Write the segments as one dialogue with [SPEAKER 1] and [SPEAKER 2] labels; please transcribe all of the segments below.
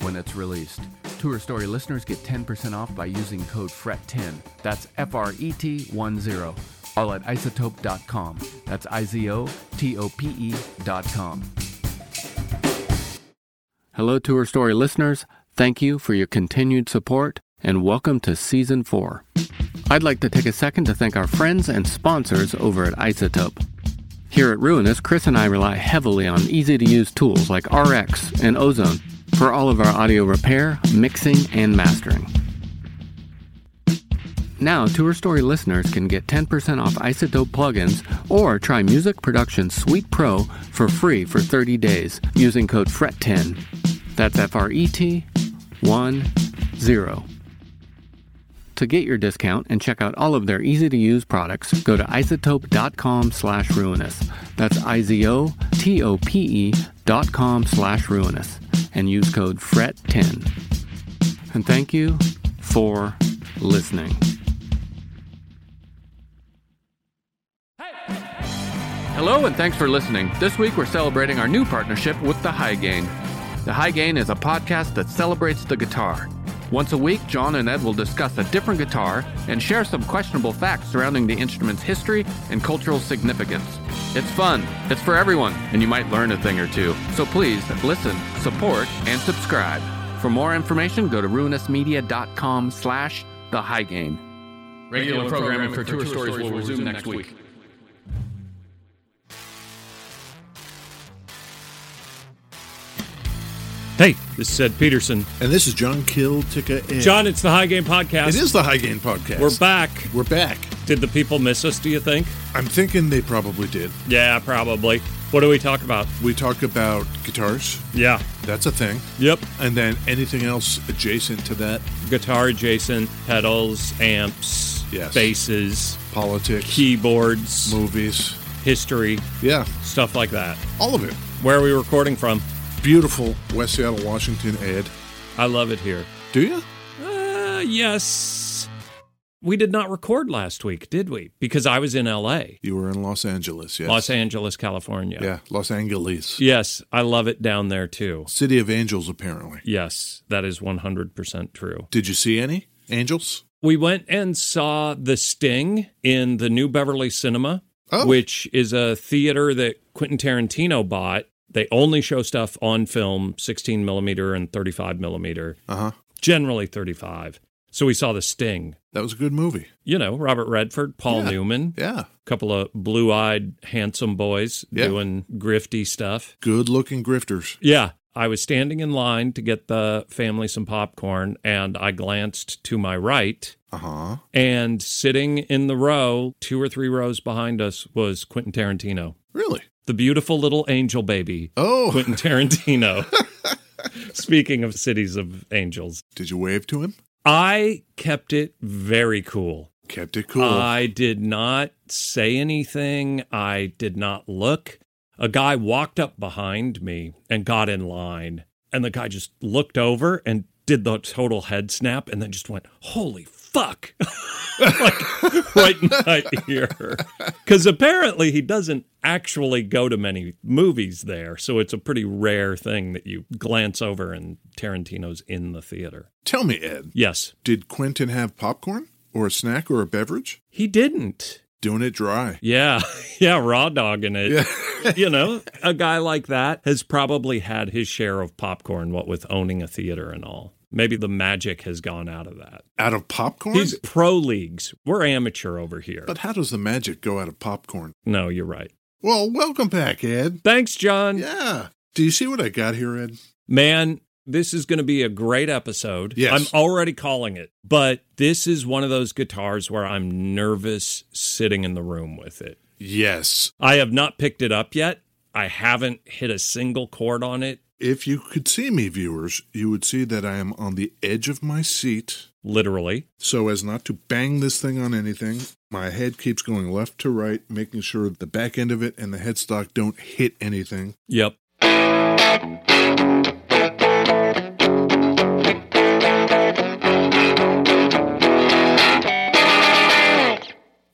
[SPEAKER 1] when it's released. Tour Story listeners get 10% off by using code FRET10. That's F R E T 1 0. All at isotope.com. That's I Z O T O P E E.com. Hello, Tour Story listeners. Thank you for your continued support and welcome to Season 4. I'd like to take a second to thank our friends and sponsors over at Isotope. Here at Ruinous, Chris and I rely heavily on easy to use tools like RX and Ozone for all of our audio repair, mixing, and mastering. Now, Tour Story listeners can get 10% off Isotope plugins or try Music Production Suite Pro for free for 30 days using code FRET10. That's F R E T 1 0. To get your discount and check out all of their easy-to-use products, go to isotope.com slash ruinous. That's I-Z-O-T-O-P-E E dot com slash ruinous. And use code FRET10. And thank you for listening. Hello, and thanks for listening. This week we're celebrating our new partnership with The High Gain. The High Gain is a podcast that celebrates the guitar. Once a week, John and Ed will discuss a different guitar and share some questionable facts surrounding the instrument's history and cultural significance. It's fun, it's for everyone, and you might learn a thing or two. So please listen, support, and subscribe. For more information, go to ruinousmedia.com slash the high gain. Regular programming for tour stories will resume next week.
[SPEAKER 2] Hey, this is Ed Peterson.
[SPEAKER 3] And this is John Kill Ticka and
[SPEAKER 2] John, it's the High Game Podcast.
[SPEAKER 3] It is the High Gain Podcast.
[SPEAKER 2] We're back.
[SPEAKER 3] We're back.
[SPEAKER 2] Did the people miss us, do you think?
[SPEAKER 3] I'm thinking they probably did.
[SPEAKER 2] Yeah, probably. What do we talk about?
[SPEAKER 3] We talk about guitars.
[SPEAKER 2] Yeah.
[SPEAKER 3] That's a thing.
[SPEAKER 2] Yep.
[SPEAKER 3] And then anything else adjacent to that,
[SPEAKER 2] Guitar adjacent, pedals, amps,
[SPEAKER 3] Yes.
[SPEAKER 2] basses,
[SPEAKER 3] politics,
[SPEAKER 2] keyboards,
[SPEAKER 3] movies.
[SPEAKER 2] history,
[SPEAKER 3] Yeah,
[SPEAKER 2] stuff like that.
[SPEAKER 3] all of it.
[SPEAKER 2] Where are we recording from?
[SPEAKER 3] Beautiful West Seattle, Washington, Ed.
[SPEAKER 2] I love it here.
[SPEAKER 3] Do you?
[SPEAKER 2] Uh, yes. We did not record last week, did we? Because I was in LA,
[SPEAKER 3] You were in Los Angeles, yes.
[SPEAKER 2] Los Angeles, California.
[SPEAKER 3] Yeah, Los Angeles.
[SPEAKER 2] Yes, I love it down there too.
[SPEAKER 3] City of Angels, apparently.
[SPEAKER 2] Yes, that is 100% true.
[SPEAKER 3] Did you see any angels?
[SPEAKER 2] We went and saw The Sting in the New Beverly Cinema,
[SPEAKER 3] Oh.
[SPEAKER 2] which is a theater that Quentin Tarantino bought. They only show stuff on film 16 millimeter and 35 millimeter,
[SPEAKER 3] Uh huh.
[SPEAKER 2] generally 35. So we saw The Sting.
[SPEAKER 3] That was a good movie.
[SPEAKER 2] You know, Robert Redford, Paul
[SPEAKER 3] Yeah.
[SPEAKER 2] Newman,
[SPEAKER 3] Yeah.
[SPEAKER 2] a couple of blue eyed, handsome boys
[SPEAKER 3] Yeah.
[SPEAKER 2] doing grifty stuff.
[SPEAKER 3] Good looking grifters.
[SPEAKER 2] Yeah. I was standing in line to get the family some popcorn and I glanced to my right
[SPEAKER 3] Uh huh.
[SPEAKER 2] And sitting in the row, two or three rows behind us, was Quentin Tarantino,
[SPEAKER 3] Really?
[SPEAKER 2] the beautiful little angel baby,
[SPEAKER 3] Oh.
[SPEAKER 2] Quentin Tarantino. Speaking of cities of angels,
[SPEAKER 3] Did you wave to him?
[SPEAKER 2] I kept it very cool.
[SPEAKER 3] Kept it cool.
[SPEAKER 2] I did not say anything. I did not look. A guy walked up behind me and got in line. And the guy just looked over and did the total head snap and then just went, Holy fuck. like right in my ear. Because apparently he doesn't actually go to many movies there. So it's a pretty rare thing that you glance over and Tarantino's in the theater.
[SPEAKER 3] Tell me, Ed,
[SPEAKER 2] Yes.
[SPEAKER 3] did Quentin have popcorn or a snack or a beverage?
[SPEAKER 2] He didn't.
[SPEAKER 3] Doing it dry.
[SPEAKER 2] Yeah, yeah, raw dogging it.
[SPEAKER 3] Yeah.
[SPEAKER 2] you know, a guy like that has probably had his share of popcorn, what with owning a theater and all. Maybe the magic has gone out of that.
[SPEAKER 3] Out of popcorn?
[SPEAKER 2] He's pro leagues. We're amateur over here.
[SPEAKER 3] But how does the magic go out of popcorn?
[SPEAKER 2] No, you're right.
[SPEAKER 3] Well, welcome back, Ed.
[SPEAKER 2] Thanks, John.
[SPEAKER 3] Yeah. Do you see what I got here, Ed?
[SPEAKER 2] Man, this is going to be a great episode.
[SPEAKER 3] Yes.
[SPEAKER 2] I'm already calling it, but this is one of those guitars where I'm nervous sitting in the room with it.
[SPEAKER 3] Yes.
[SPEAKER 2] I have not picked it up yet. I haven't hit a single chord on it,
[SPEAKER 3] If you could see me, viewers, you would see that I am on the edge of my seat.
[SPEAKER 2] literally.
[SPEAKER 3] So, as not to bang this thing on anything, my head keeps going left to right, making sure the back end of it and the headstock don't hit anything.
[SPEAKER 2] Yep.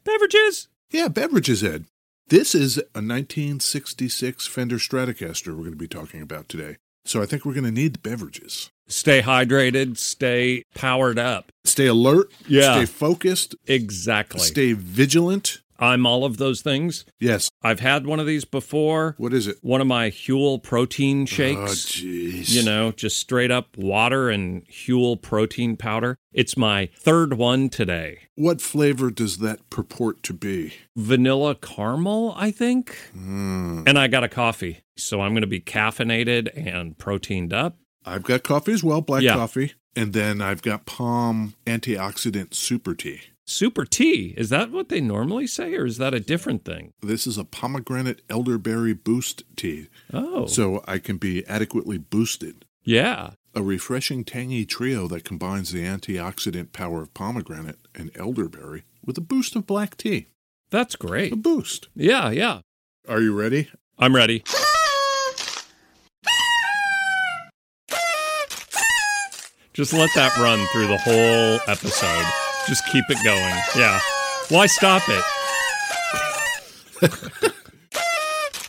[SPEAKER 2] Beverages.
[SPEAKER 3] Yeah, beverages, Ed. This is a 1966 Fender Stratocaster we're going to be talking about today. So, I think we're going to need the beverages.
[SPEAKER 2] Stay hydrated, stay powered up.
[SPEAKER 3] Stay alert,
[SPEAKER 2] Yeah.
[SPEAKER 3] stay focused,
[SPEAKER 2] Exactly.
[SPEAKER 3] stay vigilant.
[SPEAKER 2] I'm all of those things.
[SPEAKER 3] Yes.
[SPEAKER 2] I've had one of these before.
[SPEAKER 3] What is it?
[SPEAKER 2] One of my Huel protein
[SPEAKER 3] Oh,
[SPEAKER 2] shakes.
[SPEAKER 3] jeez.
[SPEAKER 2] you know, just straight up water and Huel protein powder. It's my third one today.
[SPEAKER 3] What flavor does that purport to be?
[SPEAKER 2] vanilla caramel, I think. And I got a coffee. So I'm going to be caffeinated and proteined up.
[SPEAKER 3] I've got coffee as well, black
[SPEAKER 2] Yeah.
[SPEAKER 3] coffee. And then I've got palm antioxidant super tea.
[SPEAKER 2] Super tea. Is that what they normally say or is that a different thing?
[SPEAKER 3] This is a pomegranate elderberry boost tea,
[SPEAKER 2] Oh.
[SPEAKER 3] so I can be adequately boosted.
[SPEAKER 2] yeah.
[SPEAKER 3] A refreshing, tangy trio that combines the antioxidant power of pomegranate and elderberry with a boost of black tea.
[SPEAKER 2] That's
[SPEAKER 3] A
[SPEAKER 2] great.
[SPEAKER 3] boost.
[SPEAKER 2] Yeah, yeah.
[SPEAKER 3] Are you ready?
[SPEAKER 2] I'm ready. Just let that run through the whole episode. Just keep it going. Yeah. Why stop it?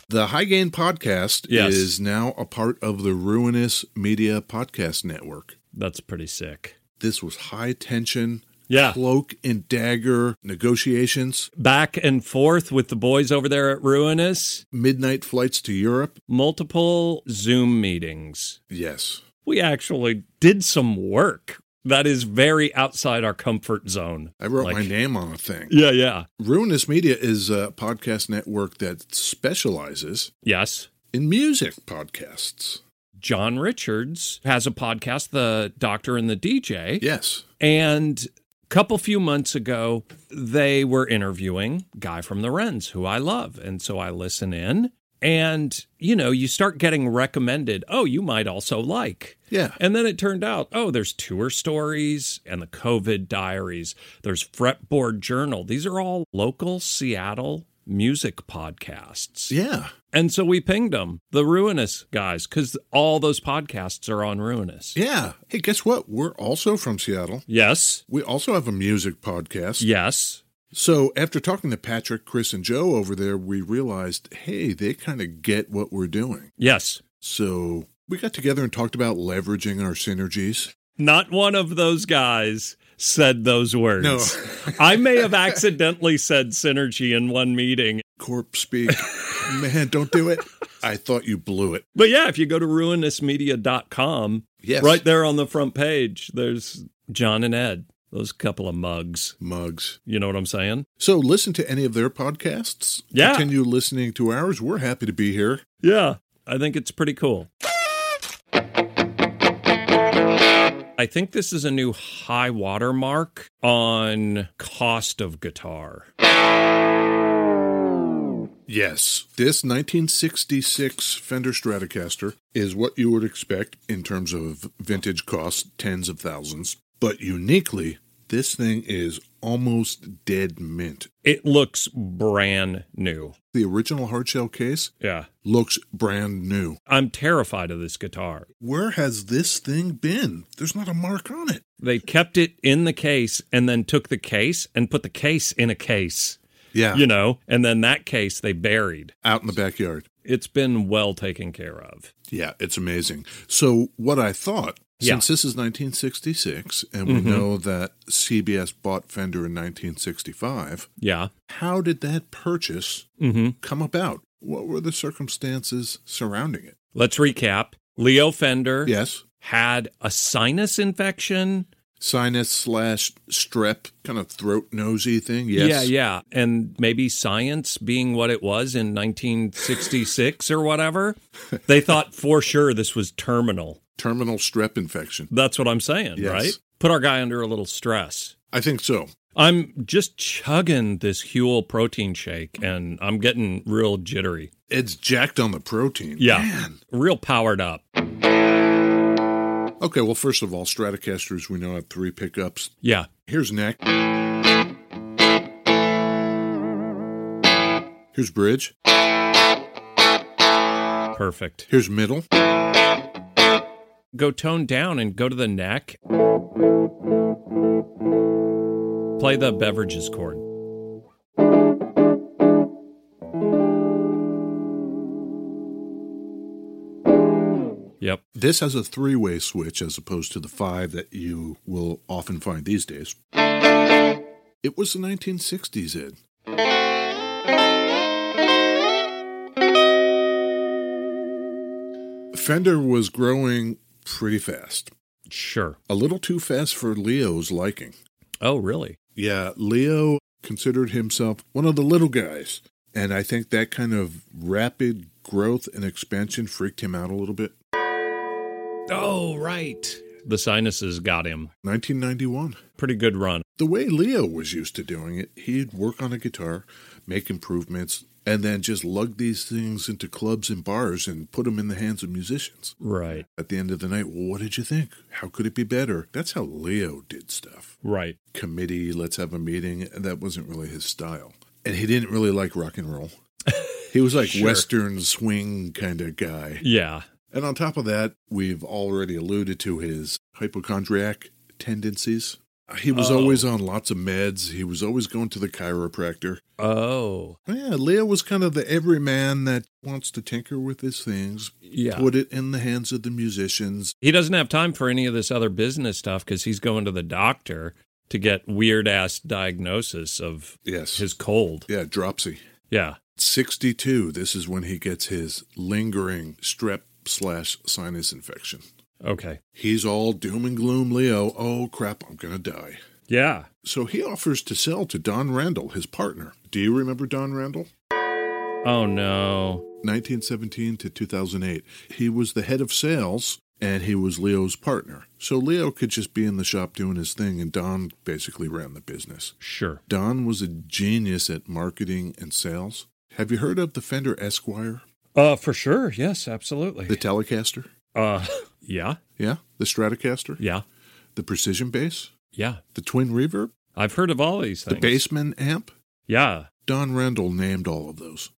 [SPEAKER 3] The High Gain Podcast
[SPEAKER 2] Yes.
[SPEAKER 3] is now a part of the Ruinous Media Podcast Network.
[SPEAKER 2] That's pretty sick.
[SPEAKER 3] This was high tension,
[SPEAKER 2] Yeah.
[SPEAKER 3] cloak and dagger negotiations.
[SPEAKER 2] back and forth with the boys over there at Ruinous,
[SPEAKER 3] midnight flights to Europe?
[SPEAKER 2] multiple Zoom meetings.
[SPEAKER 3] Yes.
[SPEAKER 2] We actually did some work that is very outside our comfort zone.
[SPEAKER 3] I wrote
[SPEAKER 2] Like-
[SPEAKER 3] my name on a thing.
[SPEAKER 2] Yeah, yeah.
[SPEAKER 3] Ruinous Media is a podcast network that specializes
[SPEAKER 2] Yes.
[SPEAKER 3] in music podcasts.
[SPEAKER 2] John Richards has a podcast, The Doctor and the DJ.
[SPEAKER 3] Yes.
[SPEAKER 2] And a couple few months ago, they were interviewing guy from the Wrens, who I love, and so I listen in. And you know, you start getting recommended. Oh, you might also like.
[SPEAKER 3] Yeah.
[SPEAKER 2] And then it turned out, oh, there's tour stories and the COVID diaries. There's fretboard journal. These are all local Seattle music podcasts.
[SPEAKER 3] Yeah.
[SPEAKER 2] And so we pinged them, the Ruinous guys, because all those podcasts are on Ruinous.
[SPEAKER 3] Yeah. Hey, guess what? We're also from Seattle.
[SPEAKER 2] Yes.
[SPEAKER 3] We also have a music podcast.
[SPEAKER 2] Yes.
[SPEAKER 3] So, after talking to Patrick, Chris, and Joe over there, we realized, hey, they kind of get what we're doing.
[SPEAKER 2] Yes.
[SPEAKER 3] So, we got together and talked about leveraging our synergies.
[SPEAKER 2] Not one of those guys said those words.
[SPEAKER 3] No.
[SPEAKER 2] I may have accidentally said synergy in one meeting.
[SPEAKER 3] Corp speak. Man, don't do it. I thought you blew it.
[SPEAKER 2] But yeah, if you go to ruinousmedia.com,
[SPEAKER 3] Yes.
[SPEAKER 2] right there on the front page, there's John and Ed, those couple of mugs.
[SPEAKER 3] mugs.
[SPEAKER 2] You know what I'm saying?
[SPEAKER 3] So listen to any of their podcasts.
[SPEAKER 2] Yeah.
[SPEAKER 3] Continue listening to ours. We're happy to be here.
[SPEAKER 2] Yeah, I think it's pretty cool. I think this is a new high water mark on cost of guitar.
[SPEAKER 3] Yes. This 1966 Fender Stratocaster is what you would expect in terms of vintage cost, tens of thousands. But uniquely, this thing is almost dead mint.
[SPEAKER 2] It looks brand new.
[SPEAKER 3] The original hardshell case
[SPEAKER 2] Yeah.
[SPEAKER 3] looks brand new.
[SPEAKER 2] I'm terrified of this guitar.
[SPEAKER 3] Where has this thing been? There's not a mark on it.
[SPEAKER 2] They kept it in the case and then took the case and put the case in a case,
[SPEAKER 3] Yeah.
[SPEAKER 2] you know, and then that case they buried.
[SPEAKER 3] Out in the backyard.
[SPEAKER 2] It's been well taken care of.
[SPEAKER 3] Yeah, it's amazing. So, what I thought,
[SPEAKER 2] Yeah. Mm-hmm.
[SPEAKER 3] since this is 1966, and we know that CBS bought Fender in 1965,
[SPEAKER 2] Yeah.
[SPEAKER 3] how did that purchase
[SPEAKER 2] Mm-hmm.
[SPEAKER 3] come about? What were the circumstances surrounding it?
[SPEAKER 2] Let's recap. Leo Fender
[SPEAKER 3] Yes,
[SPEAKER 2] had a sinus infection.
[SPEAKER 3] sinus slash strep, kind of throat nosy thing. Yes.
[SPEAKER 2] Yeah, yeah. And maybe science being what it was in 1966 or whatever, they thought for sure this was terminal.
[SPEAKER 3] Terminal strep infection.
[SPEAKER 2] That's what I'm saying,
[SPEAKER 3] Yes.
[SPEAKER 2] right? Put our guy under a little stress.
[SPEAKER 3] I think so.
[SPEAKER 2] I'm just chugging this Huel protein shake and I'm getting real jittery.
[SPEAKER 3] It's jacked on the protein.
[SPEAKER 2] Yeah.
[SPEAKER 3] Man.
[SPEAKER 2] Real powered up.
[SPEAKER 3] Okay, well, first of all, Stratocasters we know have three pickups.
[SPEAKER 2] Yeah.
[SPEAKER 3] Here's neck. Here's bridge.
[SPEAKER 2] Perfect.
[SPEAKER 3] Here's middle.
[SPEAKER 2] Go tone down and go to the neck. Play the beverages chord. Yep.
[SPEAKER 3] This has a three way switch as opposed to the five that you will often find these days. It was the 1960s, Ed. Fender was growing pretty fast,
[SPEAKER 2] Sure.
[SPEAKER 3] a little too fast for Leo's liking.
[SPEAKER 2] Oh, really?
[SPEAKER 3] Yeah, Leo considered himself one of the little guys. And I think that kind of rapid growth and expansion freaked him out a little bit.
[SPEAKER 2] Oh, right. The sinuses got him.
[SPEAKER 3] 1991.
[SPEAKER 2] Pretty good run.
[SPEAKER 3] The way Leo was used to doing it, he'd work on a guitar, make improvements, and then just lug these things into clubs and bars and put them in the hands of musicians.
[SPEAKER 2] Right.
[SPEAKER 3] At the end of the night, well, what did you think? How could it be better? That's how Leo did stuff.
[SPEAKER 2] Right.
[SPEAKER 3] committee, let's have a meeting. That wasn't really his style. And he didn't really like rock and roll. He was like
[SPEAKER 2] Sure.
[SPEAKER 3] Western swing kind of guy.
[SPEAKER 2] Yeah.
[SPEAKER 3] And on top of that, we've already alluded to his hypochondriac tendencies. He was
[SPEAKER 2] Oh.
[SPEAKER 3] always on lots of meds. He was always going to the chiropractor.
[SPEAKER 2] Oh.
[SPEAKER 3] Yeah, Leo was kind of the everyman that wants to tinker with his things,
[SPEAKER 2] Yeah.
[SPEAKER 3] put it in the hands of the musicians.
[SPEAKER 2] He doesn't have time for any of this other business stuff because he's going to the doctor to get weird ass diagnosis of
[SPEAKER 3] Yes.
[SPEAKER 2] his cold.
[SPEAKER 3] yeah, dropsy.
[SPEAKER 2] Yeah.
[SPEAKER 3] 62 this is when he gets his lingering strep slash sinus infection
[SPEAKER 2] Okay.
[SPEAKER 3] he's all doom and gloom leo oh crap i'm gonna die
[SPEAKER 2] Yeah.
[SPEAKER 3] so he offers to sell to don randall his partner do you remember don randall
[SPEAKER 2] Oh no.
[SPEAKER 3] 1917 to 2008 he was the head of sales and he was leo's partner so leo could just be in the shop doing his thing and don basically ran the business
[SPEAKER 2] Sure.
[SPEAKER 3] don was a genius at marketing and sales have you heard of the fender esquire
[SPEAKER 2] Uh, for sure. Yes, absolutely.
[SPEAKER 3] the telecaster
[SPEAKER 2] Uh, yeah.
[SPEAKER 3] Yeah, the Stratocaster,
[SPEAKER 2] Yeah.
[SPEAKER 3] the Precision Bass,
[SPEAKER 2] Yeah.
[SPEAKER 3] the Twin Reverb,
[SPEAKER 2] I've heard of all these
[SPEAKER 3] the
[SPEAKER 2] things.
[SPEAKER 3] Bassman Amp.
[SPEAKER 2] Yeah.
[SPEAKER 3] Don Randall named all of those.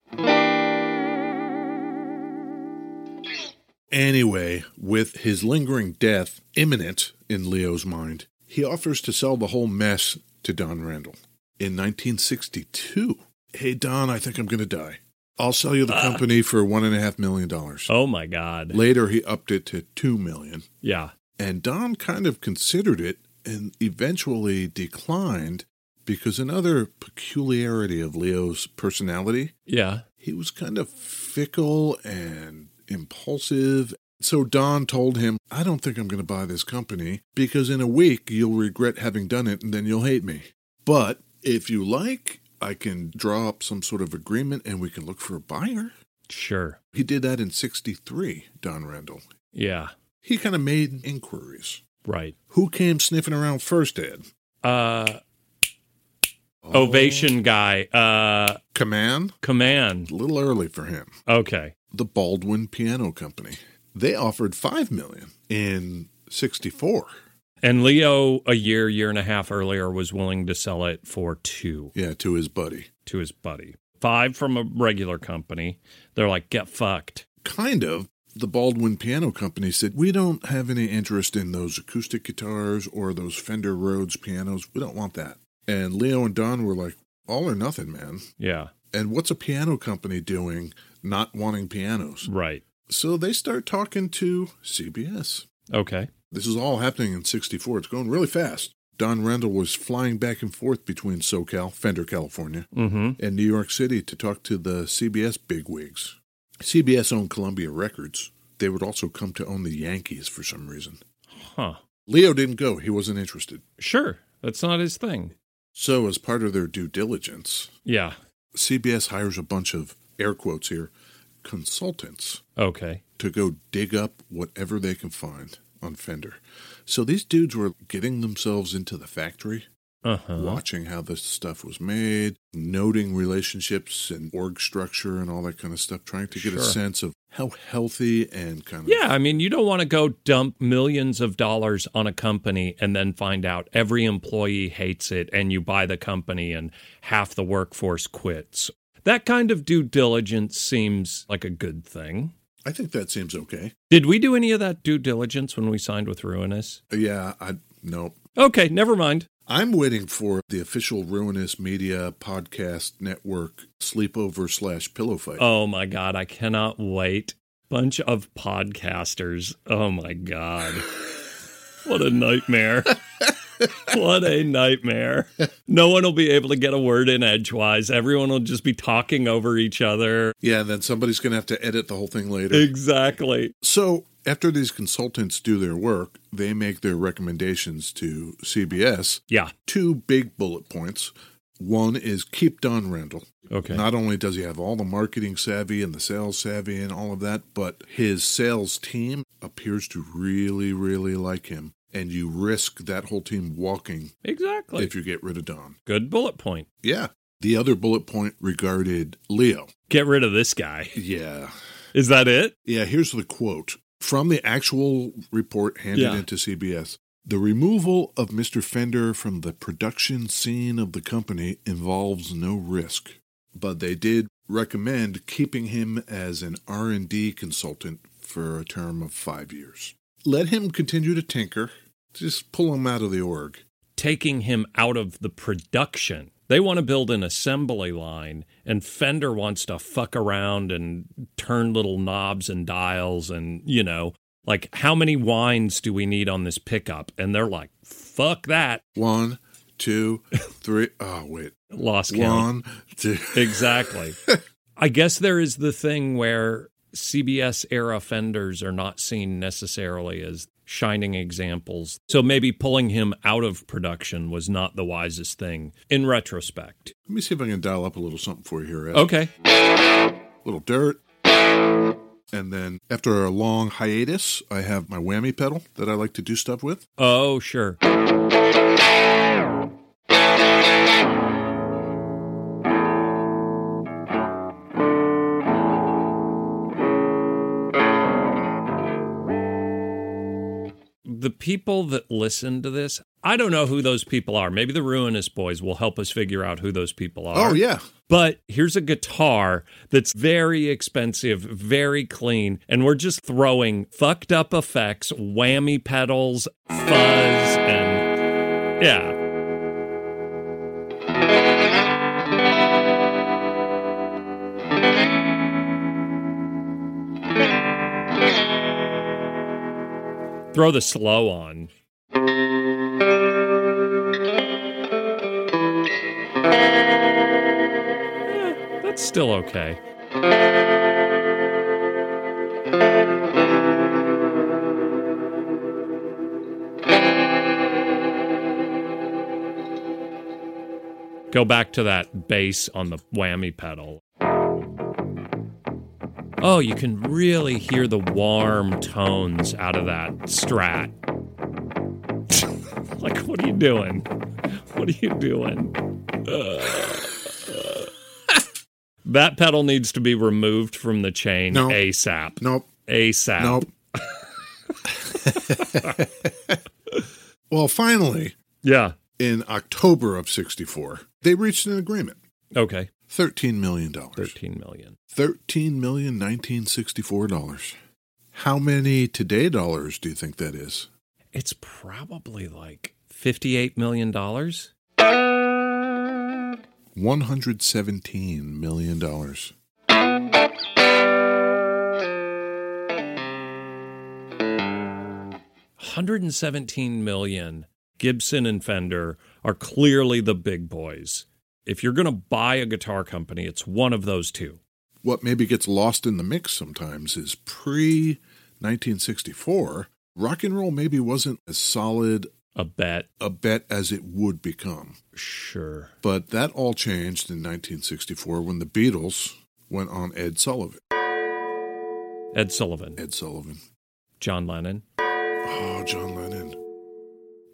[SPEAKER 3] Anyway, with his lingering death imminent in Leo's mind, he offers to sell the whole mess to Don Randall. In 1962, hey, Don, I think I'm going to die. I'll sell you the company for $1.5 million.
[SPEAKER 2] Oh my God.
[SPEAKER 3] Later, he upped it to $2 million.
[SPEAKER 2] Yeah.
[SPEAKER 3] And Don kind of considered it and eventually declined because another peculiarity of Leo's personality,
[SPEAKER 2] Yeah.
[SPEAKER 3] he was kind of fickle and impulsive. So Don told him, I don't think I'm going to buy this company because in a week you'll regret having done it and then you'll hate me. But if you like, I can draw up some sort of agreement and we can look for a buyer.
[SPEAKER 2] Sure.
[SPEAKER 3] He did that in 63, Don Randall.
[SPEAKER 2] Yeah.
[SPEAKER 3] He kind of made inquiries.
[SPEAKER 2] Right.
[SPEAKER 3] Who came sniffing around first, Ed? Uh,
[SPEAKER 2] Uh,
[SPEAKER 3] Oh.
[SPEAKER 2] Oh, ovation guy. Uh,
[SPEAKER 3] Command?
[SPEAKER 2] command.
[SPEAKER 3] A little early for him.
[SPEAKER 2] Okay.
[SPEAKER 3] The Baldwin Piano Company. They offered five million in '64.
[SPEAKER 2] And Leo, a year, year and a half earlier, was willing to sell it for two
[SPEAKER 3] Yeah, to his buddy.
[SPEAKER 2] to his buddy. Five from a regular company. They're like, get fucked.
[SPEAKER 3] Kind of. The Baldwin Piano Company said, We don't have any interest in those acoustic guitars or those Fender Rhodes pianos. We don't want that. And Leo and Don were like, All or nothing, man.
[SPEAKER 2] Yeah.
[SPEAKER 3] And what's a piano company doing not wanting pianos?
[SPEAKER 2] Right.
[SPEAKER 3] So they start talking to CBS.
[SPEAKER 2] Okay.
[SPEAKER 3] This is all happening in 64. It's going really fast. Don Rendell was flying back and forth between SoCal, Fender, California,
[SPEAKER 2] Mm
[SPEAKER 3] and New York City to talk to the CBS bigwigs. CBS owned Columbia Records. They would also come to own the Yankees for some reason.
[SPEAKER 2] hmm. Huh.
[SPEAKER 3] Leo didn't go, he wasn't interested.
[SPEAKER 2] Sure. That's not his thing.
[SPEAKER 3] So, as part of their due diligence,
[SPEAKER 2] Yeah.
[SPEAKER 3] CBS hires a bunch of air quotes here consultants
[SPEAKER 2] Okay.
[SPEAKER 3] to go dig up whatever they can find on Fender. So these dudes were getting themselves into the factory,
[SPEAKER 2] Uh huh.
[SPEAKER 3] watching how this stuff was made, noting relationships and org structure and all that kind of stuff, trying to get a
[SPEAKER 2] Sure.
[SPEAKER 3] sense of how healthy and kind of
[SPEAKER 2] Yeah, I mean, you don't want to go dump millions of dollars on a company and then find out every employee hates it and you buy the company and half the workforce quits. That kind of due diligence seems like a good thing.
[SPEAKER 3] I think that seems okay.
[SPEAKER 2] Did we do any of that due diligence when we signed with Ruinous?
[SPEAKER 3] Yeah, I no.
[SPEAKER 2] Okay, never mind.
[SPEAKER 3] I'm waiting for the official Ruinous Media Podcast Network sleepover slash pillow fight.
[SPEAKER 2] Oh my God, I cannot wait. Bunch of podcasters. Oh my God. What a nightmare. what a nightmare. No one will be able to get a word in edgewise. Everyone will just be talking over each other.
[SPEAKER 3] Yeah, then somebody's going to have to edit the whole thing later.
[SPEAKER 2] Exactly.
[SPEAKER 3] So, after these consultants do their work, they make their recommendations to CBS.
[SPEAKER 2] Yeah.
[SPEAKER 3] Two big bullet points. One is keep Don Randall.
[SPEAKER 2] Okay.
[SPEAKER 3] Not only does he have all the marketing savvy and the sales savvy and all of that, but his sales team appears to really, really like him. And you risk that whole team walking
[SPEAKER 2] exactly.
[SPEAKER 3] if you get rid of Don.
[SPEAKER 2] Good bullet point.
[SPEAKER 3] Yeah. The other bullet point regarded Leo.
[SPEAKER 2] Get rid of this guy.
[SPEAKER 3] Yeah.
[SPEAKER 2] Is that it?
[SPEAKER 3] Yeah, here's the quote from the actual report handed
[SPEAKER 2] Yeah.
[SPEAKER 3] in to CBS. The removal of Mr. Fender from the production scene of the company involves no risk, but they did recommend keeping him as an R&D consultant for a term of 5 years. Let him continue to tinker, just pull him out of the org.
[SPEAKER 2] Taking him out of the production. They want to build an assembly line, and Fender wants to fuck around and turn little knobs and dials and, you know, like, how many wines do we need on this pickup? And they're like, fuck that.
[SPEAKER 3] One, two, three. Oh, wait.
[SPEAKER 2] lost count.
[SPEAKER 3] One, two.
[SPEAKER 2] Exactly. I guess there is the thing where CBS era fenders are not seen necessarily as shining examples. So maybe pulling him out of production was not the wisest thing in retrospect.
[SPEAKER 3] Let me see if I can dial up a little something for you here. Ed.
[SPEAKER 2] Okay.
[SPEAKER 3] little dirt. And then after a long hiatus, I have my whammy pedal that I like to do stuff with.
[SPEAKER 2] Oh, sure. The people that listen to this, I don't know who those people are. Maybe the Ruinous Boys will help us figure out who those people are.
[SPEAKER 3] Oh, yeah.
[SPEAKER 2] But here's a guitar that's very expensive, very clean, and we're just throwing fucked up effects, whammy pedals, fuzz, and yeah. Throw the slow on. Eh, that's still okay. Go back to that bass on the whammy pedal. Oh, you can really hear the warm tones out of that strat. Like, what are you doing? What are you doing? that pedal needs to be removed from the chain
[SPEAKER 3] No.
[SPEAKER 2] ASAP.
[SPEAKER 3] Nope.
[SPEAKER 2] ASAP.
[SPEAKER 3] Nope. well, finally,
[SPEAKER 2] Yeah.
[SPEAKER 3] in October of 64, they reached an agreement
[SPEAKER 2] Okay.
[SPEAKER 3] $13 million. $13
[SPEAKER 2] Thirteen million.
[SPEAKER 3] million, 1964 dollars. How many today dollars do you think that is?
[SPEAKER 2] It's probably like fifty-eight million dollars.
[SPEAKER 3] $117 million.
[SPEAKER 2] Hundred and seventeen million. Gibson and Fender are clearly the big boys. If you're going to buy a guitar company, it's one of those two.
[SPEAKER 3] What maybe gets lost in the mix sometimes is pre 1964, rock and roll maybe wasn't as solid
[SPEAKER 2] A bet,
[SPEAKER 3] a bet as it would become.
[SPEAKER 2] sure.
[SPEAKER 3] But that all changed in 1964 when the Beatles went on Ed Sullivan.
[SPEAKER 2] Ed Sullivan,
[SPEAKER 3] Ed Sullivan.
[SPEAKER 2] John Lennon,
[SPEAKER 3] Oh, John Lennon.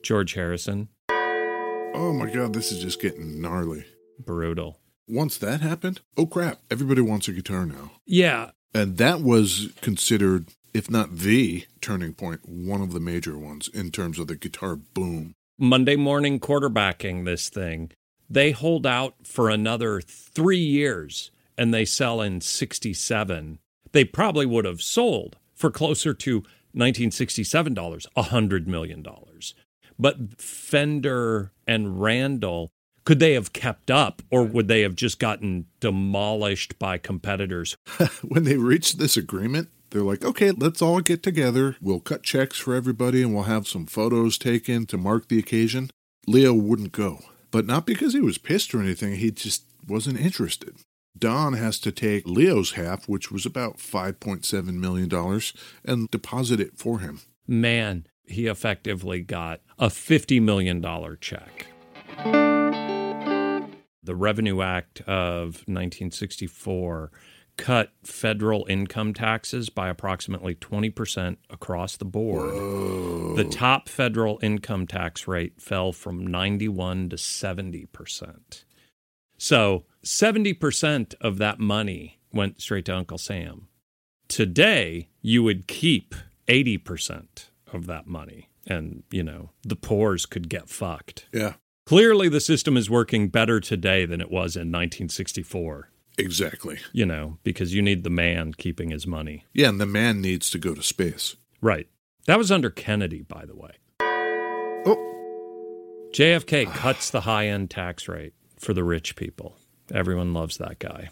[SPEAKER 2] George Harrison,
[SPEAKER 3] Oh my God, this is just getting gnarly.
[SPEAKER 2] brutal.
[SPEAKER 3] Once that happened, oh crap, everybody wants a guitar now.
[SPEAKER 2] Yeah,
[SPEAKER 3] And that was considered, if not the turning point, one of the major ones in terms of the guitar boom.
[SPEAKER 2] Monday morning quarterbacking this thing. They hold out for another three years and they sell in 67. They probably would have sold for closer to $1967, $100 million. But Fender and Randall, could they have kept up or would they have just gotten demolished by competitors?
[SPEAKER 3] when they reached this agreement, they're like, okay, let's all get together. We'll cut checks for everybody and we'll have some photos taken to mark the occasion. Leo wouldn't go, but not because he was pissed or anything. He just wasn't interested. Don has to take Leo's half, which was about $5.7 million, and deposit it for him.
[SPEAKER 2] Man, he effectively got a $50 million check. The Revenue Act of 1964 cut federal income taxes by approximately 20% across the board. The top federal income tax rate fell from 91 to 70%. So 70% of that money went straight to Uncle Sam today you would keep 80% of that money and you know the poors could get fucked
[SPEAKER 3] Yeah,
[SPEAKER 2] clearly the system is working better today than it was in 1964
[SPEAKER 3] exactly.
[SPEAKER 2] you know because you need the man keeping his money
[SPEAKER 3] Yeah, and the man needs to go to space.
[SPEAKER 2] right that was under kennedy by the way
[SPEAKER 3] Oh,
[SPEAKER 2] jfk cuts the high end tax rate for the rich people everyone loves that guy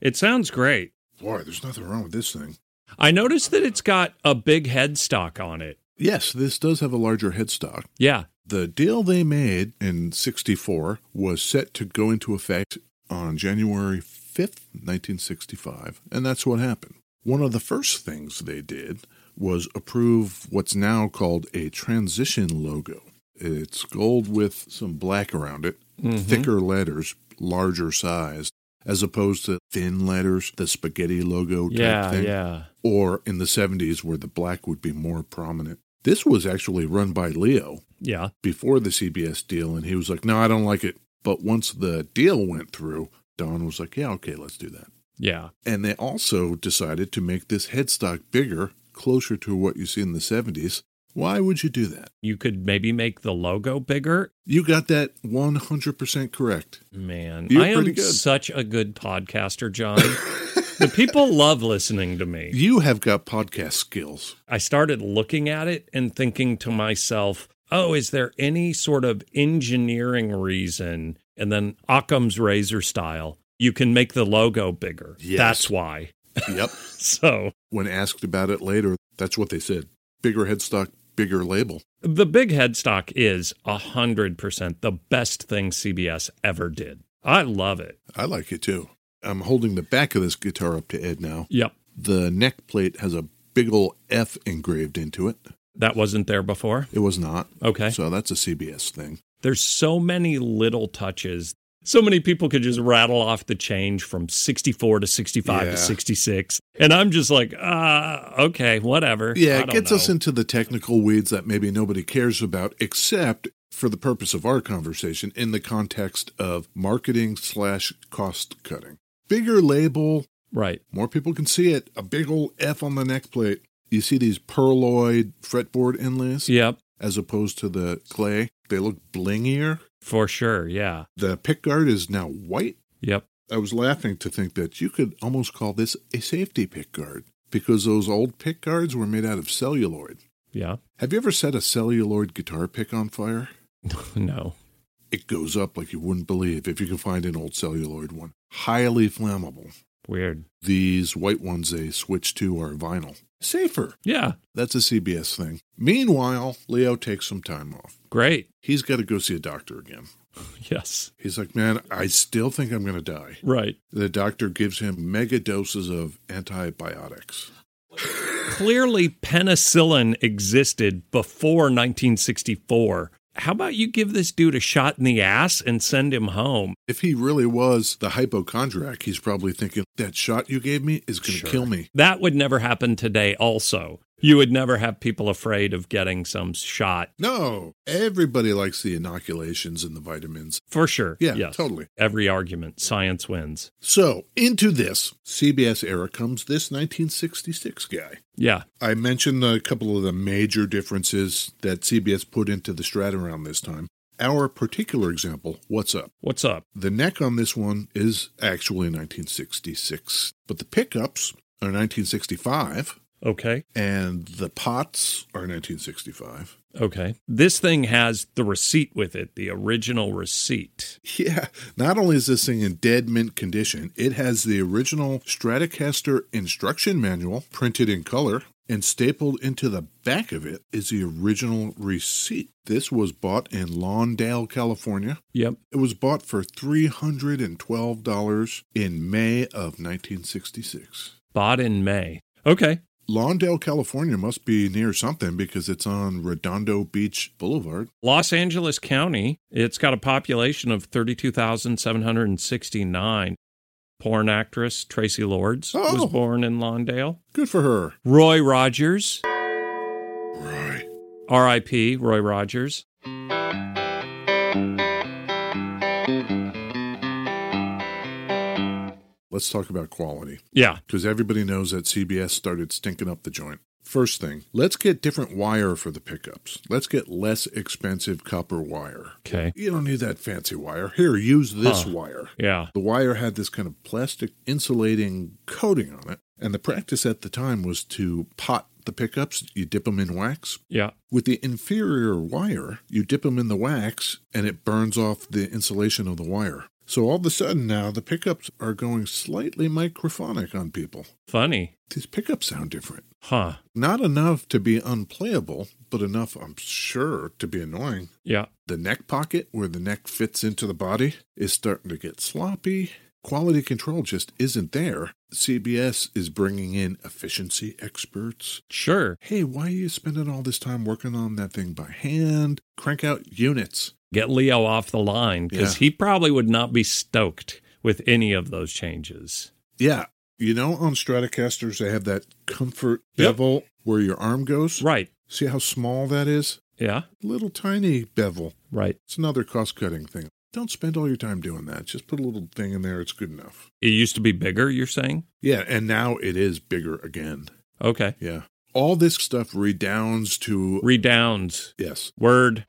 [SPEAKER 2] it sounds great
[SPEAKER 3] boy, there's nothing wrong with this thing.
[SPEAKER 2] I noticed that it's got a big headstock on it.
[SPEAKER 3] Yes, this does have a larger headstock.
[SPEAKER 2] Yeah.
[SPEAKER 3] The deal they made in 64 was set to go into effect on January 5th, 1965, and that's what happened. One of the first things they did was approve what's now called a transition logo. It's gold with some black around it,
[SPEAKER 2] Mm-hmm.
[SPEAKER 3] thicker letters, larger size, as opposed to thin letters, the spaghetti logo type
[SPEAKER 2] Yeah.
[SPEAKER 3] thing
[SPEAKER 2] Yeah.
[SPEAKER 3] or in the 70s where the black would be more prominent. This was actually run by Leo
[SPEAKER 2] Yeah.
[SPEAKER 3] before the CBS deal, and he was like, No, I don't like it. But once the deal went through, Don was like, Yeah, okay, let's do that.
[SPEAKER 2] Yeah.
[SPEAKER 3] And they also decided to make this headstock bigger, closer to what you see in the 70s. Why would you do that?
[SPEAKER 2] You could maybe make the logo bigger.
[SPEAKER 3] You got that 100% correct.
[SPEAKER 2] Man,
[SPEAKER 3] You're
[SPEAKER 2] I am
[SPEAKER 3] pretty good.
[SPEAKER 2] such a good podcaster, John. the people love listening to me.
[SPEAKER 3] You have got podcast skills.
[SPEAKER 2] I started looking at it and thinking to myself, oh, is there any sort of engineering reason? And then Occam's razor style, you can make the logo bigger.
[SPEAKER 3] Yes.
[SPEAKER 2] That's why.
[SPEAKER 3] Yep.
[SPEAKER 2] So
[SPEAKER 3] when asked about it later, that's what they said bigger headstock, bigger label.
[SPEAKER 2] the big headstock is 100% the best thing CBS ever did. I love it.
[SPEAKER 3] I like it too. I'm holding the back of this guitar up to Ed now.
[SPEAKER 2] Yep.
[SPEAKER 3] The neck plate has a big ol' F engraved into it.
[SPEAKER 2] That wasn't there before.
[SPEAKER 3] It was not.
[SPEAKER 2] Okay.
[SPEAKER 3] So that's a CBS thing.
[SPEAKER 2] There's so many little touches. so many people could just rattle off the change from 64 to 65
[SPEAKER 3] Yeah.
[SPEAKER 2] to 66. And I'm just like, uh, okay, whatever. I
[SPEAKER 3] Yeah, it
[SPEAKER 2] don't
[SPEAKER 3] gets us
[SPEAKER 2] know.
[SPEAKER 3] into the technical weeds that maybe nobody cares about, except for the purpose of our conversation in the context of marketing slash cost cutting. Bigger label,
[SPEAKER 2] Right.
[SPEAKER 3] more people can see it. A big old F on the neck plate. You see these perloid fretboard inlays
[SPEAKER 2] Yep.
[SPEAKER 3] as opposed to the clay. They look blingier.
[SPEAKER 2] For sure. Yeah.
[SPEAKER 3] The pickguard is now white.
[SPEAKER 2] Yep.
[SPEAKER 3] I was laughing to think that you could almost call this a safety pickguard because those old pickguards were made out of celluloid.
[SPEAKER 2] Yeah.
[SPEAKER 3] Have you ever set a celluloid guitar pick on fire?
[SPEAKER 2] no.
[SPEAKER 3] It goes up like you wouldn't believe if you can find an old celluloid one. Highly flammable.
[SPEAKER 2] Weird.
[SPEAKER 3] These white ones they switch to are vinyl. Safer.
[SPEAKER 2] Yeah.
[SPEAKER 3] That's a CBS thing. Meanwhile, Leo takes some time off.
[SPEAKER 2] Great.
[SPEAKER 3] He's got to go see a doctor again.
[SPEAKER 2] Yes.
[SPEAKER 3] He's like, man, I still think I'm going to die.
[SPEAKER 2] Right.
[SPEAKER 3] The doctor gives him mega doses of antibiotics.
[SPEAKER 2] Clearly, penicillin existed before 1964. How about you give this dude a shot in the ass and send him home?
[SPEAKER 3] If he really was the hypochondriac, he's probably thinking, that shot you gave me is going to
[SPEAKER 2] Sure.
[SPEAKER 3] kill me.
[SPEAKER 2] That would never happen today, also. You would never have people afraid of getting some shot.
[SPEAKER 3] No, everybody likes the inoculations and the vitamins.
[SPEAKER 2] For sure.
[SPEAKER 3] Yeah,
[SPEAKER 2] Yes.
[SPEAKER 3] totally.
[SPEAKER 2] Every argument, science wins.
[SPEAKER 3] So, into this CBS era comes this 1966 guy.
[SPEAKER 2] Yeah.
[SPEAKER 3] I mentioned a couple of the major differences that CBS put into the strat around this time. Our particular example, What's Up?
[SPEAKER 2] What's up?
[SPEAKER 3] The neck on this one is actually 1966, but the pickups are 1965
[SPEAKER 2] Okay.
[SPEAKER 3] and the pots are 1965.
[SPEAKER 2] Okay. This thing has the receipt with it, the original receipt.
[SPEAKER 3] Yeah, not only is this thing in dead mint condition, it has the original Stratocaster instruction manual printed in color and stapled into the back of it is the original receipt. This was bought in Lawndale, California.
[SPEAKER 2] Yep.
[SPEAKER 3] It was bought for $312 in May of 1966.
[SPEAKER 2] Bought in May. Okay.
[SPEAKER 3] Lawndale, California must be near something because it's on Redondo Beach Boulevard.
[SPEAKER 2] Los Angeles County, it's got a population of 32,769. Porn actress Tracy Lords
[SPEAKER 3] Oh.
[SPEAKER 2] was born in Lawndale.
[SPEAKER 3] Good for her.
[SPEAKER 2] Roy Rogers,
[SPEAKER 3] Right.
[SPEAKER 2] RIP Roy Rogers.
[SPEAKER 3] Let's talk about quality.
[SPEAKER 2] Yeah.
[SPEAKER 3] because everybody knows that CBS started stinking up the joint. First thing, let's get different wire for the pickups. Let's get less expensive copper wire.
[SPEAKER 2] Okay.
[SPEAKER 3] You don't need that fancy wire. Here, use this
[SPEAKER 2] Huh.
[SPEAKER 3] wire.
[SPEAKER 2] Yeah.
[SPEAKER 3] The wire had this kind of plastic insulating coating on it, and the practice at the time was to pot the pickups. You dip them in wax.
[SPEAKER 2] Yeah.
[SPEAKER 3] With the inferior wire, you dip them in the wax and it burns off the insulation of the wire. So all of a sudden now the pickups are going slightly microphonic on people
[SPEAKER 2] Funny.
[SPEAKER 3] these pickups sound different.
[SPEAKER 2] Huh.
[SPEAKER 3] Not enough to be unplayable, but enough, I'm sure, to be annoying.
[SPEAKER 2] Yeah.
[SPEAKER 3] The neck pocket, where the neck fits into the body, is starting to get sloppy. Quality control just isn't there. CBS is bringing in efficiency experts.
[SPEAKER 2] Sure.
[SPEAKER 3] Hey, why are you spending all this time working on that thing by hand? Crank out units.
[SPEAKER 2] Get Leo off the line because
[SPEAKER 3] Yeah.
[SPEAKER 2] he probably would not be stoked with any of those changes.
[SPEAKER 3] Yeah. You know, on Stratocasters, they have that comfort
[SPEAKER 2] Yep.
[SPEAKER 3] bevel where your arm goes.
[SPEAKER 2] Right.
[SPEAKER 3] See how small that is?
[SPEAKER 2] Yeah.
[SPEAKER 3] Little tiny bevel.
[SPEAKER 2] Right.
[SPEAKER 3] It's another cost cutting thing. Don't spend all your time doing that. Just put a little thing in there. It's good enough.
[SPEAKER 2] It used to be bigger, you're saying?
[SPEAKER 3] Yeah. And now it is bigger again.
[SPEAKER 2] Okay.
[SPEAKER 3] Yeah. All this stuff redounds to,
[SPEAKER 2] Redounds.
[SPEAKER 3] yes,
[SPEAKER 2] Word.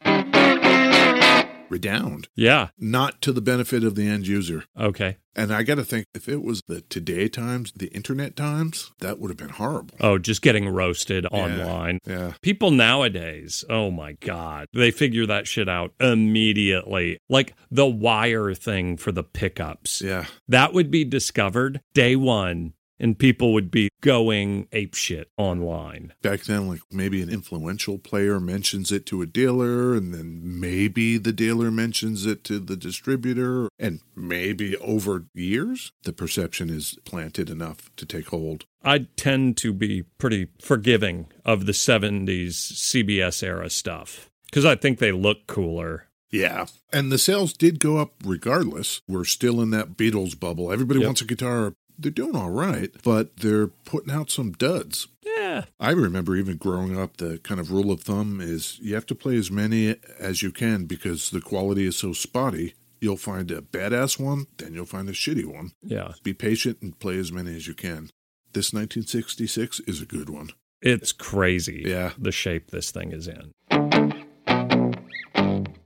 [SPEAKER 3] redound,
[SPEAKER 2] Yeah.
[SPEAKER 3] not to the benefit of the end user.
[SPEAKER 2] Okay.
[SPEAKER 3] And I got to think if it was the today times, the internet times, that would have been horrible.
[SPEAKER 2] Oh, just getting roasted
[SPEAKER 3] Yeah.
[SPEAKER 2] online.
[SPEAKER 3] Yeah.
[SPEAKER 2] People nowadays, oh my God, they figure that shit out immediately. Like the wire thing for the pickups.
[SPEAKER 3] Yeah.
[SPEAKER 2] That would be discovered day one, and people would be going apeshit online.
[SPEAKER 3] Back then, like maybe an influential player mentions it to a dealer, and then maybe the dealer mentions it to the distributor, and maybe over years, the perception is planted enough to take hold.
[SPEAKER 2] I tend to be pretty forgiving of the 70s CBS era stuff because I think they look cooler.
[SPEAKER 3] Yeah. And the sales did go up regardless. We're still in that Beatles bubble. Everybody
[SPEAKER 2] Yep.
[SPEAKER 3] wants a guitar. They're doing all right, but they're putting out some duds.
[SPEAKER 2] Yeah.
[SPEAKER 3] I remember even growing up, the kind of rule of thumb is you have to play as many as you can because the quality is so spotty. You'll find a badass one, then you'll find a shitty one.
[SPEAKER 2] Yeah.
[SPEAKER 3] Be patient and play as many as you can. This 1966 is a good one.
[SPEAKER 2] It's crazy.
[SPEAKER 3] Yeah.
[SPEAKER 2] The shape this thing is in.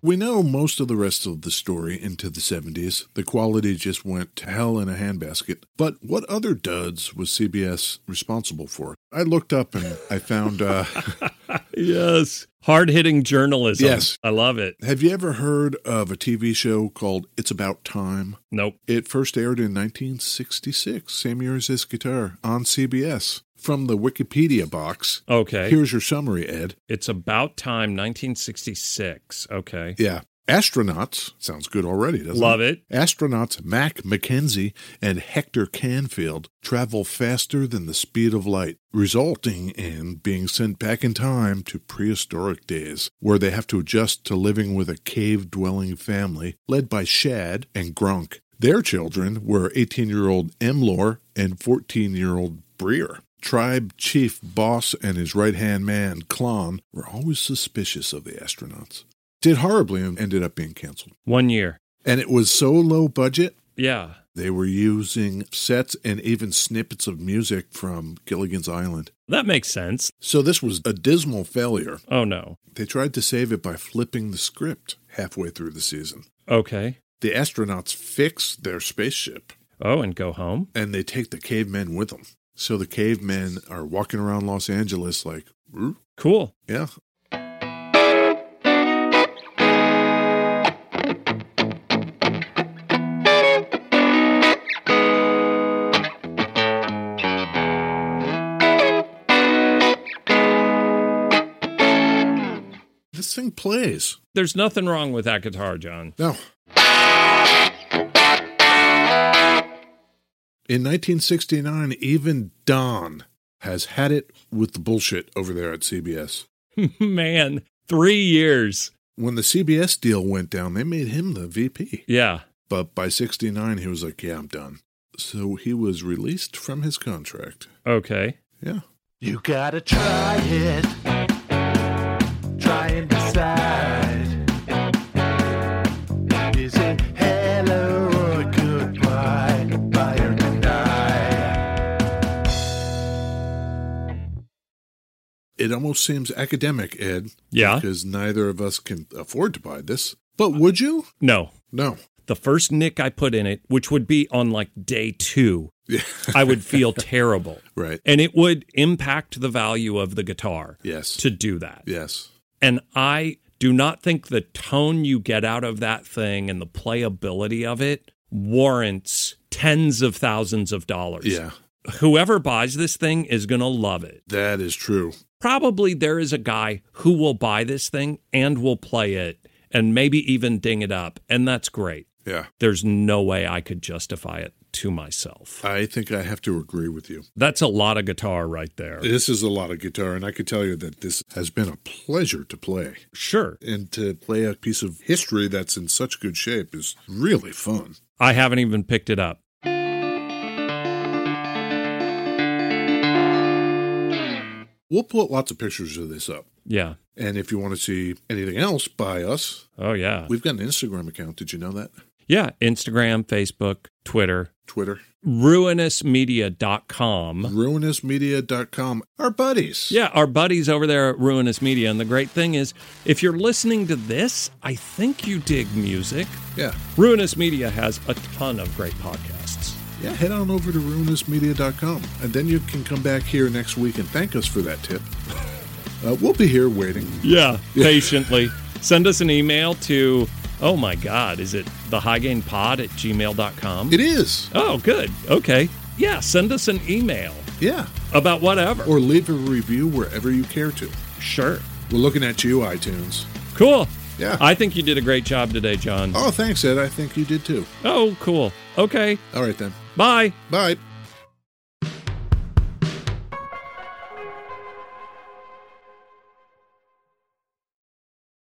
[SPEAKER 3] We know most of the rest of the story into the 70s. The quality just went to hell in a handbasket. But what other duds was CBS responsible for? I looked up and I found. Uh,
[SPEAKER 2] Yes. Hard hitting journalism.
[SPEAKER 3] Yes.
[SPEAKER 2] I love it.
[SPEAKER 3] have you ever heard of a TV show called It's About Time?
[SPEAKER 2] Nope.
[SPEAKER 3] It first aired in 1966, same year as this guitar, on CBS. From the Wikipedia box,
[SPEAKER 2] Okay.
[SPEAKER 3] here's your summary, Ed.
[SPEAKER 2] It's about time, 1966. Okay.
[SPEAKER 3] Yeah. Astronauts sounds good already, doesn't it?
[SPEAKER 2] Love it.
[SPEAKER 3] Astronauts Mac Mackenzie and Hector Canfield travel faster than the speed of light, resulting in being sent back in time to prehistoric days, where they have to adjust to living with a cave dwelling family led by Shad and Grunk. Their children were 18 year old Emlor and 14 year old Breer. Tribe chief Boss and his right hand man, Klon, were always suspicious of the astronauts. Did horribly and ended up being canceled.
[SPEAKER 2] One year.
[SPEAKER 3] And it was so low budget,
[SPEAKER 2] Yeah.
[SPEAKER 3] they were using sets and even snippets of music from Gilligan's Island.
[SPEAKER 2] That makes sense.
[SPEAKER 3] So this was a dismal failure.
[SPEAKER 2] Oh, no.
[SPEAKER 3] They tried to save it by flipping the script halfway through the season.
[SPEAKER 2] Okay.
[SPEAKER 3] The astronauts fix their spaceship
[SPEAKER 2] Oh, and go home.
[SPEAKER 3] and they take the cavemen with them. So the cavemen are walking around Los Angeles like, "Ooh,
[SPEAKER 2] Cool.
[SPEAKER 3] yeah. This thing plays.
[SPEAKER 2] There's nothing wrong with that guitar, John.
[SPEAKER 3] No. In 1969, even Don has had it with the bullshit over there at CBS.
[SPEAKER 2] Man, three years.
[SPEAKER 3] When the CBS deal went down, they made him the VP.
[SPEAKER 2] Yeah.
[SPEAKER 3] But by 69, he was like, yeah, I'm done. So he was released from his contract.
[SPEAKER 2] Okay.
[SPEAKER 3] Yeah.
[SPEAKER 4] You gotta try it. Try and decide. Is it hello or goodbye? Buy or deny?
[SPEAKER 3] It almost seems academic, Ed,
[SPEAKER 2] Yeah.
[SPEAKER 3] because neither of us can afford to buy this. But would you?
[SPEAKER 2] No.
[SPEAKER 3] No.
[SPEAKER 2] The first nick I put in it, which would be on like day two,
[SPEAKER 3] Yeah.
[SPEAKER 2] I would feel terrible.
[SPEAKER 3] right.
[SPEAKER 2] And it would impact the value of the guitar
[SPEAKER 3] Yes.
[SPEAKER 2] to do that.
[SPEAKER 3] yes.
[SPEAKER 2] And I do not think the tone you get out of that thing and the playability of it warrants tens of thousands of dollars.
[SPEAKER 3] Yeah.
[SPEAKER 2] Whoever buys this thing is going to love it.
[SPEAKER 3] That is true.
[SPEAKER 2] Probably there is a guy who will buy this thing and will play it and maybe even ding it up. And that's great.
[SPEAKER 3] Yeah.
[SPEAKER 2] There's no way I could justify it to myself.
[SPEAKER 3] I think I have to agree with you.
[SPEAKER 2] That's a lot of guitar right there.
[SPEAKER 3] This is a lot of guitar, and I could tell you that this has been a pleasure to play.
[SPEAKER 2] Sure.
[SPEAKER 3] And to play a piece of history that's in such good shape is really fun.
[SPEAKER 2] I haven't even picked it up.
[SPEAKER 3] We'll put lots of pictures of this up.
[SPEAKER 2] Yeah.
[SPEAKER 3] And if you want to see anything else by us,
[SPEAKER 2] Oh, yeah.
[SPEAKER 3] we've got an Instagram account. Did you know that?
[SPEAKER 2] Yeah. Instagram, Facebook, Twitter,
[SPEAKER 3] Twitter.
[SPEAKER 2] ruinousmedia.com.
[SPEAKER 3] Ruinousmedia.com. Our buddies.
[SPEAKER 2] Yeah, our buddies over there at Ruinous Media. And the great thing is, if you're listening to this, I think you dig music.
[SPEAKER 3] Yeah.
[SPEAKER 2] Ruinous Media has a ton of great podcasts.
[SPEAKER 3] Yeah. Head on over to ruinousmedia.com. And then you can come back here next week and thank us for that tip. Uh, we'll be here waiting.
[SPEAKER 2] Yeah, patiently. Send us an email to, oh my God, is it the high gain pod at gmail.com?
[SPEAKER 3] It is.
[SPEAKER 2] oh, good. Okay. Yeah, send us an email
[SPEAKER 3] Yeah.
[SPEAKER 2] about whatever.
[SPEAKER 3] Or leave a review wherever you care to.
[SPEAKER 2] sure.
[SPEAKER 3] We're looking at you, iTunes.
[SPEAKER 2] Cool.
[SPEAKER 3] Yeah.
[SPEAKER 2] I think you did a great job today, John.
[SPEAKER 3] Oh, thanks, Ed. I think you did too.
[SPEAKER 2] Oh, cool. Okay.
[SPEAKER 3] All right, then.
[SPEAKER 2] Bye.
[SPEAKER 3] Bye.